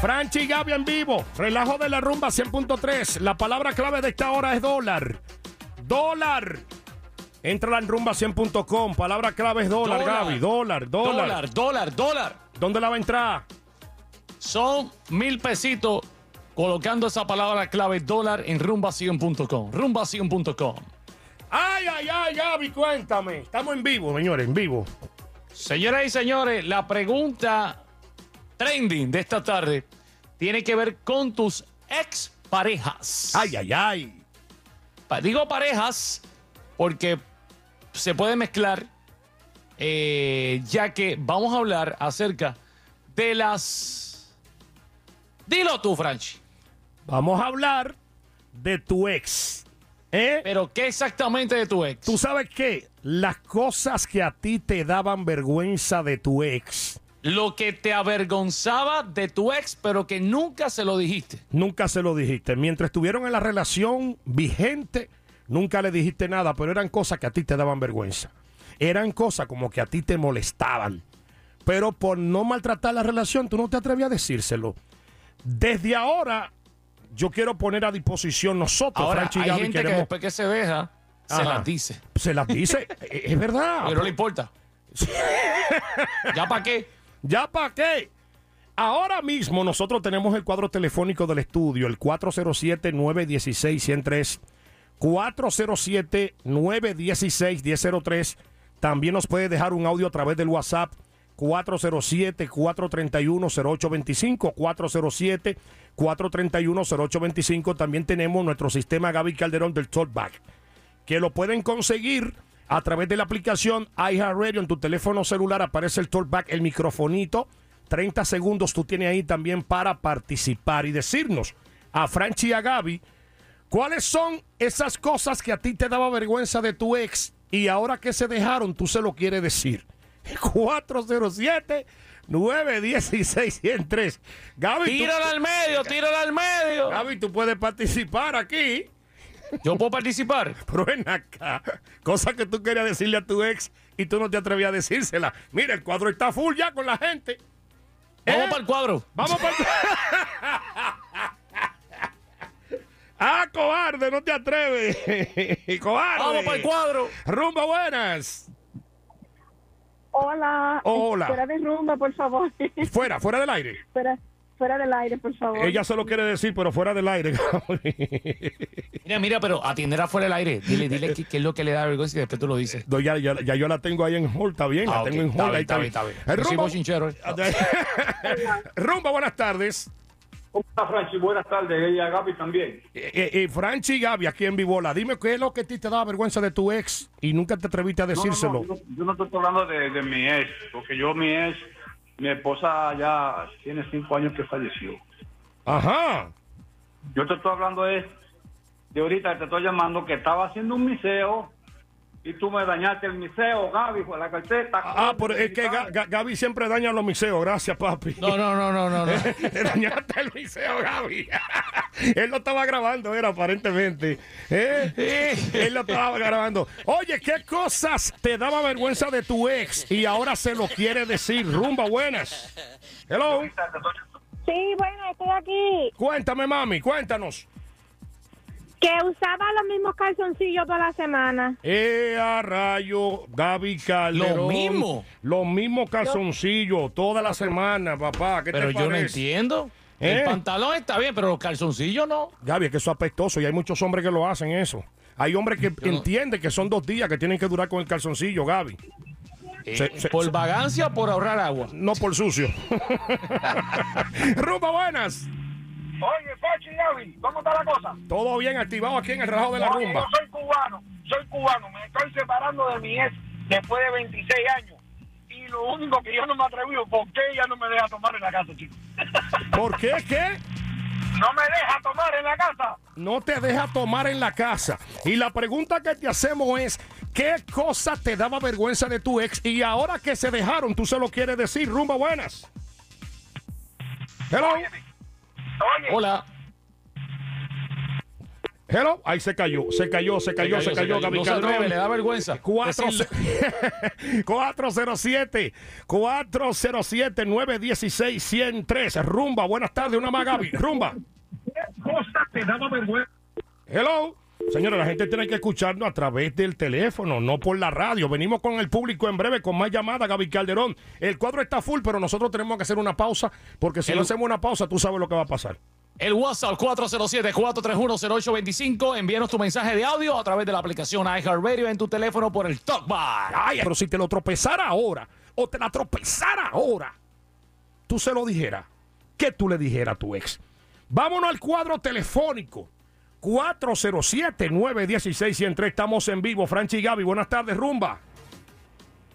Franchi y Gaby en vivo. Relajo de la rumba 100.3. La palabra clave de esta hora es dólar. Dólar. Entra en rumba100.com. Palabra clave es dólar, Dólar. Gaby. Dólar, dólar, Dólar, dólar, dólar. ¿Dónde la va a entrar? Son mil pesitos colocando esa palabra clave dólar en rumba100.com. Rumba100.com. Ay, ay, ay, Gaby, cuéntame. Estamos en vivo, señores, en vivo. Señoras y señores, la pregunta trending de esta tarde tiene que ver con tus ex parejas. Ay, ay, ay. Digo parejas porque se puede mezclar, eh, ya que vamos a hablar acerca de las. Dilo tú, Franchi. Vamos a hablar de tu ex. ¿Eh? Pero, ¿qué exactamente de tu ex? ¿Tú sabes qué? Las cosas que a ti te daban vergüenza de tu ex, Lo que te avergonzaba de tu ex, pero que nunca se lo dijiste. nunca se lo dijiste. Mientras estuvieron en la relación vigente, nunca le dijiste nada, pero eran cosas que a ti te daban vergüenza. Eran cosas como que a ti te molestaban. Pero por no maltratar la relación, tú no te atrevías a decírselo. Desde ahora, yo quiero poner a disposición nosotros, Ahora, Franchi y hay Gaby, gente que queremos- después que se deja, Ajá. Ah, se las dice. se las dice. es es verdad. Pero no le importa. pues. ¿Ya para qué? ¿Ya para qué? Ahora mismo nosotros tenemos el cuadro telefónico del estudio, el 407-916-103. 407-916-1003. También nos puede dejar un audio a través del WhatsApp. 407-431-0825. 407-431-0825. También tenemos nuestro sistema Gaby Calderón del Talkback que lo pueden conseguir a través de la aplicación iHeartRadio en tu teléfono celular aparece el talkback, el microfonito. 30 segundos tú tienes ahí también para participar y decirnos a Franchi y a Gaby cuáles son esas cosas que a ti te daba vergüenza de tu ex y ahora que se dejaron tú se lo quieres decir. 407 916 103 Gaby, tú- Tírala al medio, tírala al medio. Gaby, tú puedes participar aquí. Yo puedo participar. Pero ven acá, cosas que tú querías decirle a tu ex y tú no te atrevías a decírsela. Mira, el cuadro está full ya con la gente. Vamos ¿Eh? para el cuadro. Vamos para ¡Ah, cobarde! ¡No te atreves! ¡Cobarde! Vamos para el cuadro. ¡Rumba buenas! Hola. Hola. Fuera de rumba, por favor. Fuera, fuera del aire. fuera, fuera del aire, por favor. Ella se lo quiere decir, pero fuera del aire. Mira, mira, pero atenderá fuera del aire. Dile, dile qué, qué es lo que le da vergüenza y después tú lo dices. No, ya, ya- ya yo la tengo ahí en hold, está bien. Ah, la Ah, ok. tengo en Está hold. bien, ahí está bien, está bien. Yo soy Rumba- bochinchero, eh. Rumba, buenas tardes. ¿Cómo está, Franchi? Buenas tardes. Y a Gaby también. Eh, eh, eh, Franchi y Gaby aquí en Vivola, dime qué es lo que a ti te daba vergüenza de tu ex y nunca te atreviste a No, no, no, decírselo. yo- yo no te estoy hablando de, de mi ex, porque yo, mi ex, mi esposa ya tiene cinco años que falleció. Ah, Ajá. Yo te estoy hablando es de ahorita que te estoy llamando que estaba haciendo un miseo y tú me dañaste el miseo, Gaby, con la calceta. Ah, pero es que Ga- Ga- Gaby siempre daña los miseos. Gracias, papi. No, no, no, no, no. no. Te dañaste el miseo, Gaby. Él lo estaba grabando, era aparentemente. ¿Eh? Él lo estaba grabando. Oye, ¿qué cosas te daba vergüenza de tu ex y ahora se lo quiere decir? Rumba, buenas. Hello. Sí, bueno, estoy aquí. Cuéntame, mami, cuéntanos. Que usaba los mismos calzoncillos toda la semana. Eh, a rayo, Gaby Calderón. Lo mismo. Los mismos calzoncillos toda la semana, papá. ¿Qué Pero te yo no parece? entiendo. ¿Eh? El pantalón está bien, pero los calzoncillos no. Gaby, es que eso es apestoso y hay muchos hombres que lo hacen eso. Hay hombres que entienden que son dos días que tienen que durar con el calzoncillo, Gaby. Se- se- Eh, por se- vagancia o por ahorrar agua. no por sucio. Rumba, buenas. Oye, Franchi y Gaby, ¿cómo está la cosa? Todo bien activado aquí en el rajo de la Oye, rumba. Yo soy cubano, soy cubano, me estoy separando de mi ex después de 26 años. Y lo único que yo no me atreví, ¿por qué ella no me deja tomar en la casa, chico? ¿Por qué? ¿Qué? No me deja tomar en la casa. no te deja tomar en la casa. Y la pregunta que te hacemos es, ¿qué cosa te daba vergüenza de tu ex? Y ahora que se dejaron, tú se lo quieres decir, rumba buenas. Hello. Oye, Hola. Hello, ahí se cayó, se cayó, se cayó, se cayó, Gaby No se Calderón. atreve, le da vergüenza. 4 Decirlo. 407 407 916 103 Rumba, buenas tardes, una más Gaby. Rumba. Cosa te daba vergüenza. Hello. Señora, la gente tiene que escucharnos a través del teléfono, no por la radio. Venimos con el público en breve con más llamadas, Gaby Calderón. El cuadro está full, pero nosotros tenemos que hacer una pausa, porque si El- no hacemos una pausa, tú sabes lo que va a pasar. El WhatsApp 407-431-0825. Envíanos tu mensaje de audio a través de la aplicación iHeartRadio en tu teléfono por el TalkBack. Ay, pero si te lo tropezara ahora, o te la tropezara ahora, tú se lo dijeras. ¿Qué tú le dijeras a tu ex? Vámonos al cuadro telefónico. 407-916-103. Estamos en vivo. Franchi y Gaby, buenas tardes, rumba.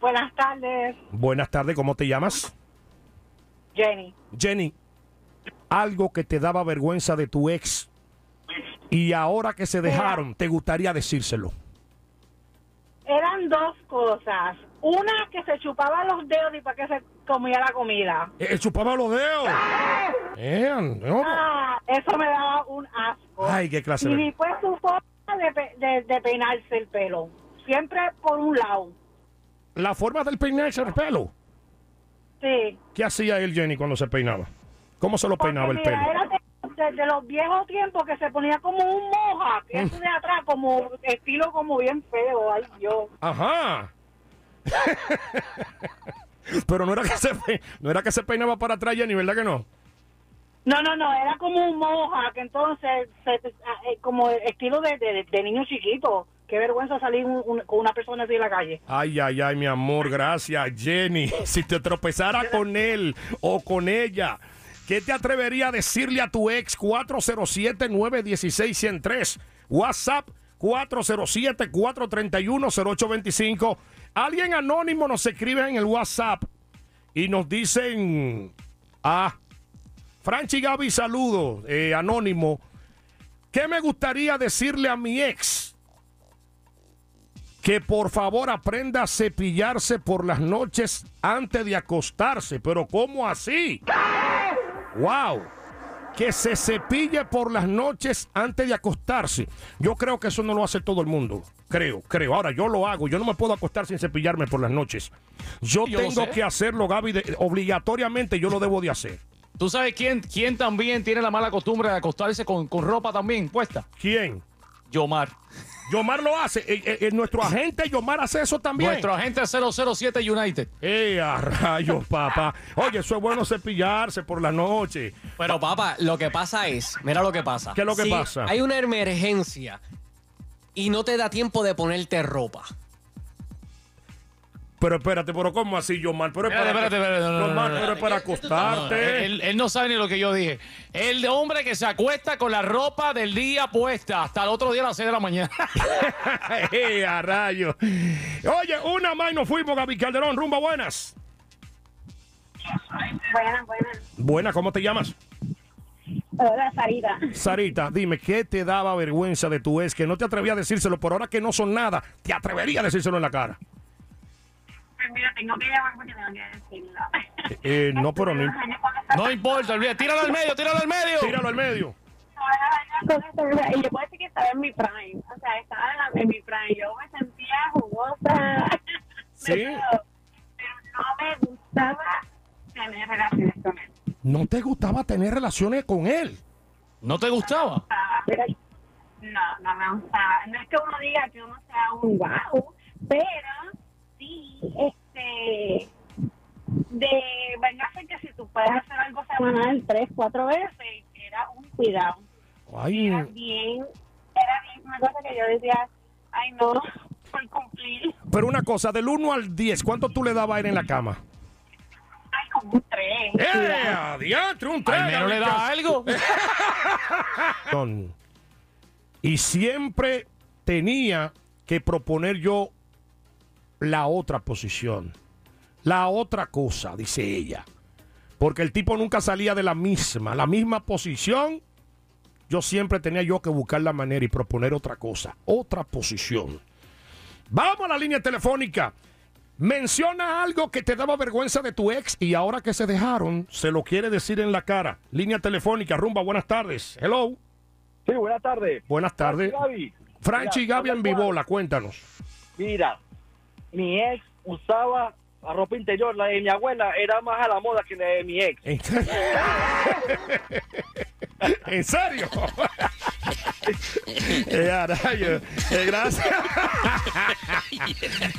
Buenas tardes, Buenas tardes, ¿cómo te llamas? Jenny. Jenny, algo que te daba vergüenza de tu ex y ahora que se dejaron, te gustaría decírselo. Eran dos cosas. Una que se chupaba los dedos y para que se comía la comida. Eh, chupaba los dedos. Eh, no. Ah, eso me daba un asco. Ay, qué clase Y de- después su forma de, pe- de, de peinarse el pelo. Siempre por un lado. La forma del peinarse el pelo. Sí. ¿Qué hacía él, Jenny, cuando se peinaba? ¿Cómo se lo Porque peinaba el mira, pelo? era de, de- de los viejos tiempos que se ponía como un moja, Mm. que eso de atrás, como estilo como bien feo, ay Dios. Ajá. Pero no era, que se pe- no era que se peinaba para atrás, Jenny, ¿verdad que no? No, no, no, era como un moja, que entonces, se- ah, eh, como estilo de, de, de niño chiquito. Qué vergüenza salir un- un- con una persona así en la calle. Ay, ay, ay, mi amor, gracias, Jenny. Si te tropezara con él o con ella, ¿qué te atrevería a decirle a tu ex 407-916-103? WhatsApp 407-431-0825. Alguien anónimo nos escribe en el WhatsApp y nos dicen, ah, Franchi Gaby, saludo, eh, anónimo. ¿Qué me gustaría decirle a mi ex? que por favor aprenda a cepillarse por las noches antes de acostarse. Pero ¿cómo así? ¡Wow! Que se cepille por las noches antes de acostarse. Yo creo que eso no lo hace todo el mundo. Creo, creo. Ahora yo lo hago. Yo no me puedo acostar sin cepillarme por las noches. Yo, Yo lo tengo sé. que hacerlo, Gaby. de- obligatoriamente yo lo debo de hacer. ¿Tú sabes quién, quién también tiene la mala costumbre de acostarse con, con ropa también puesta? ¿Quién? Yomar. Yomar lo hace. Eh, eh, eh, nuestro agente Yomar hace eso también. Nuestro agente 007 United. ¡Eh, a rayos, papá! Oye, eso es bueno cepillarse por la noche. Pero papá, lo que pasa es, mira lo que pasa. ¿Qué es lo que Si pasa? Hay una emergencia y no te da tiempo de ponerte ropa. Pero espérate, pero ¿cómo así, Yomar? Pero es para, Espérate, espérate, espérate. No, no, Yomar, no, no. pero es para acostarte. Él, él no sabe ni lo que yo dije. El hombre que se acuesta con la ropa del día puesta hasta el otro día a las 6 de la mañana. ¡Eh, a rayos! Oye, una más y nos fuimos, Gaby Calderón. Rumba, buenas. Buenas, buenas. Buenas, ¿cómo te llamas? Hola, Sarita. Sarita, dime, ¿qué te daba vergüenza de tu ex que no te atrevía a decírselo, pero ahora que no son nada, te atrevería a decírselo en la cara? Mira, tengo que llamar porque tengo que decirlo. Este, Eh, no, pero no. No importa, olvida. Tíralo al medio, tíralo al medio. Tíralo al medio. Y yo puedo decir que estaba en mi prime. O sea, estaba en, la- en mi prime. Yo me sentía jugosa. Sí. Pero no me gustaba tener relaciones con él. No te gustaba tener relaciones con él. ¿No te gustaba? gustaba, pero no, no me gustaba. No es que uno diga que uno sea un wow, pero sí, este, de vengarse que si tú puedes hacer algo semanal tres, cuatro veces, era un cuidado. Ay, Era bien, era bien una cosa que yo decía, ay no, por cumplir, Pero una cosa, del 1 al 10, ¿cuánto tú le dabas a él en la cama? ay como un tres. ¡Eh! ¡Adiante! ¡Un Al menos le da algo. Don. Y siempre tenía que proponer yo la otra posición, la otra cosa, dice ella. Porque el tipo nunca salía de la misma, la misma posición. Yo siempre tenía yo que buscar la manera y proponer otra cosa, otra posición. Vamos a la línea telefónica. Menciona algo que te daba vergüenza de tu ex y ahora que se dejaron, se lo quiere decir en la cara. Línea telefónica, rumba, buenas tardes. Hello. Sí, buenas tardes. Buenas tardes. Gaby. Franchi y Mira, Gaby en Vivola, cuéntanos. Mira, mi ex usaba la ropa interior, la de mi abuela era más a la moda que la de mi ex. ¿En ¿En serio? Eh, a rayos. Eh, gracias.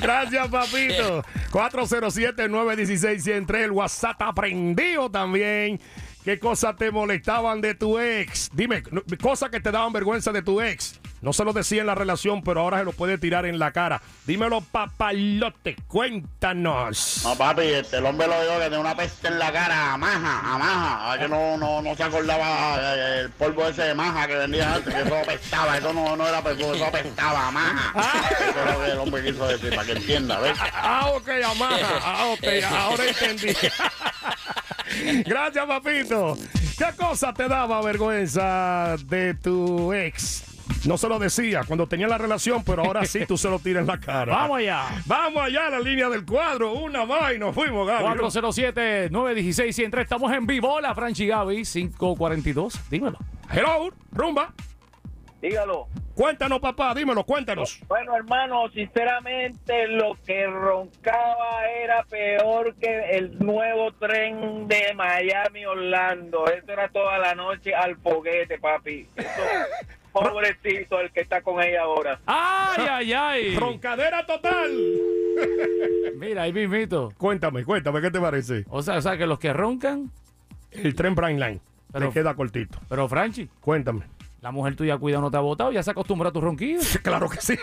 gracias, papito. 407-916-103. El WhatsApp aprendido también. ¿Qué cosas te molestaban de tu ex? Dime, no, cosas que te daban vergüenza de tu ex. No se lo decía en la relación, pero ahora se lo puede tirar en la cara. Dímelo, papalote. Cuéntanos. No, papi, este, el hombre lo digo que tenía una peste en la cara, a maja, a maja. Ah, que no, no, no se acordaba eh, el polvo ese de maja que vendía antes, que eso apestaba, eso no, no era perfume, eso apestaba a maja. Eso es lo que el hombre quiso decir, para que entienda, ¿ves? Ah, ok, Yamaha. Ah, ok, ahora entendí. Gracias, papito. ¿Qué cosa te daba vergüenza de tu ex? No se lo decía cuando tenía la relación, pero ahora sí tú se lo tiras en la cara. Vamos allá. Vamos allá a la línea del cuadro. Una más y nos fuimos, Gaby. 407-916-103. Estamos en Vivola, Franchi Gaby, 542. Dímelo. Hello, rumba. Dígalo. Cuéntanos, papá, dímelo, cuéntanos. Bueno, hermano, sinceramente lo que roncaba era peor que el nuevo tren de Miami Orlando. Eso era toda la noche al foguete, papi. Eso, pobrecito el que está con ella ahora. ¡Ay, ay, ay! Roncadera total. Mira, ahí mismito. Cuéntame, cuéntame, ¿qué te parece? O sea, o sea, que los que roncan, El tren Brian Line. Pero- Te queda cortito. pero Franchi, Cuéntame. la mujer tuya cuida no te ha botado, ya se acostumbró a tus ronquidos. Claro que sí.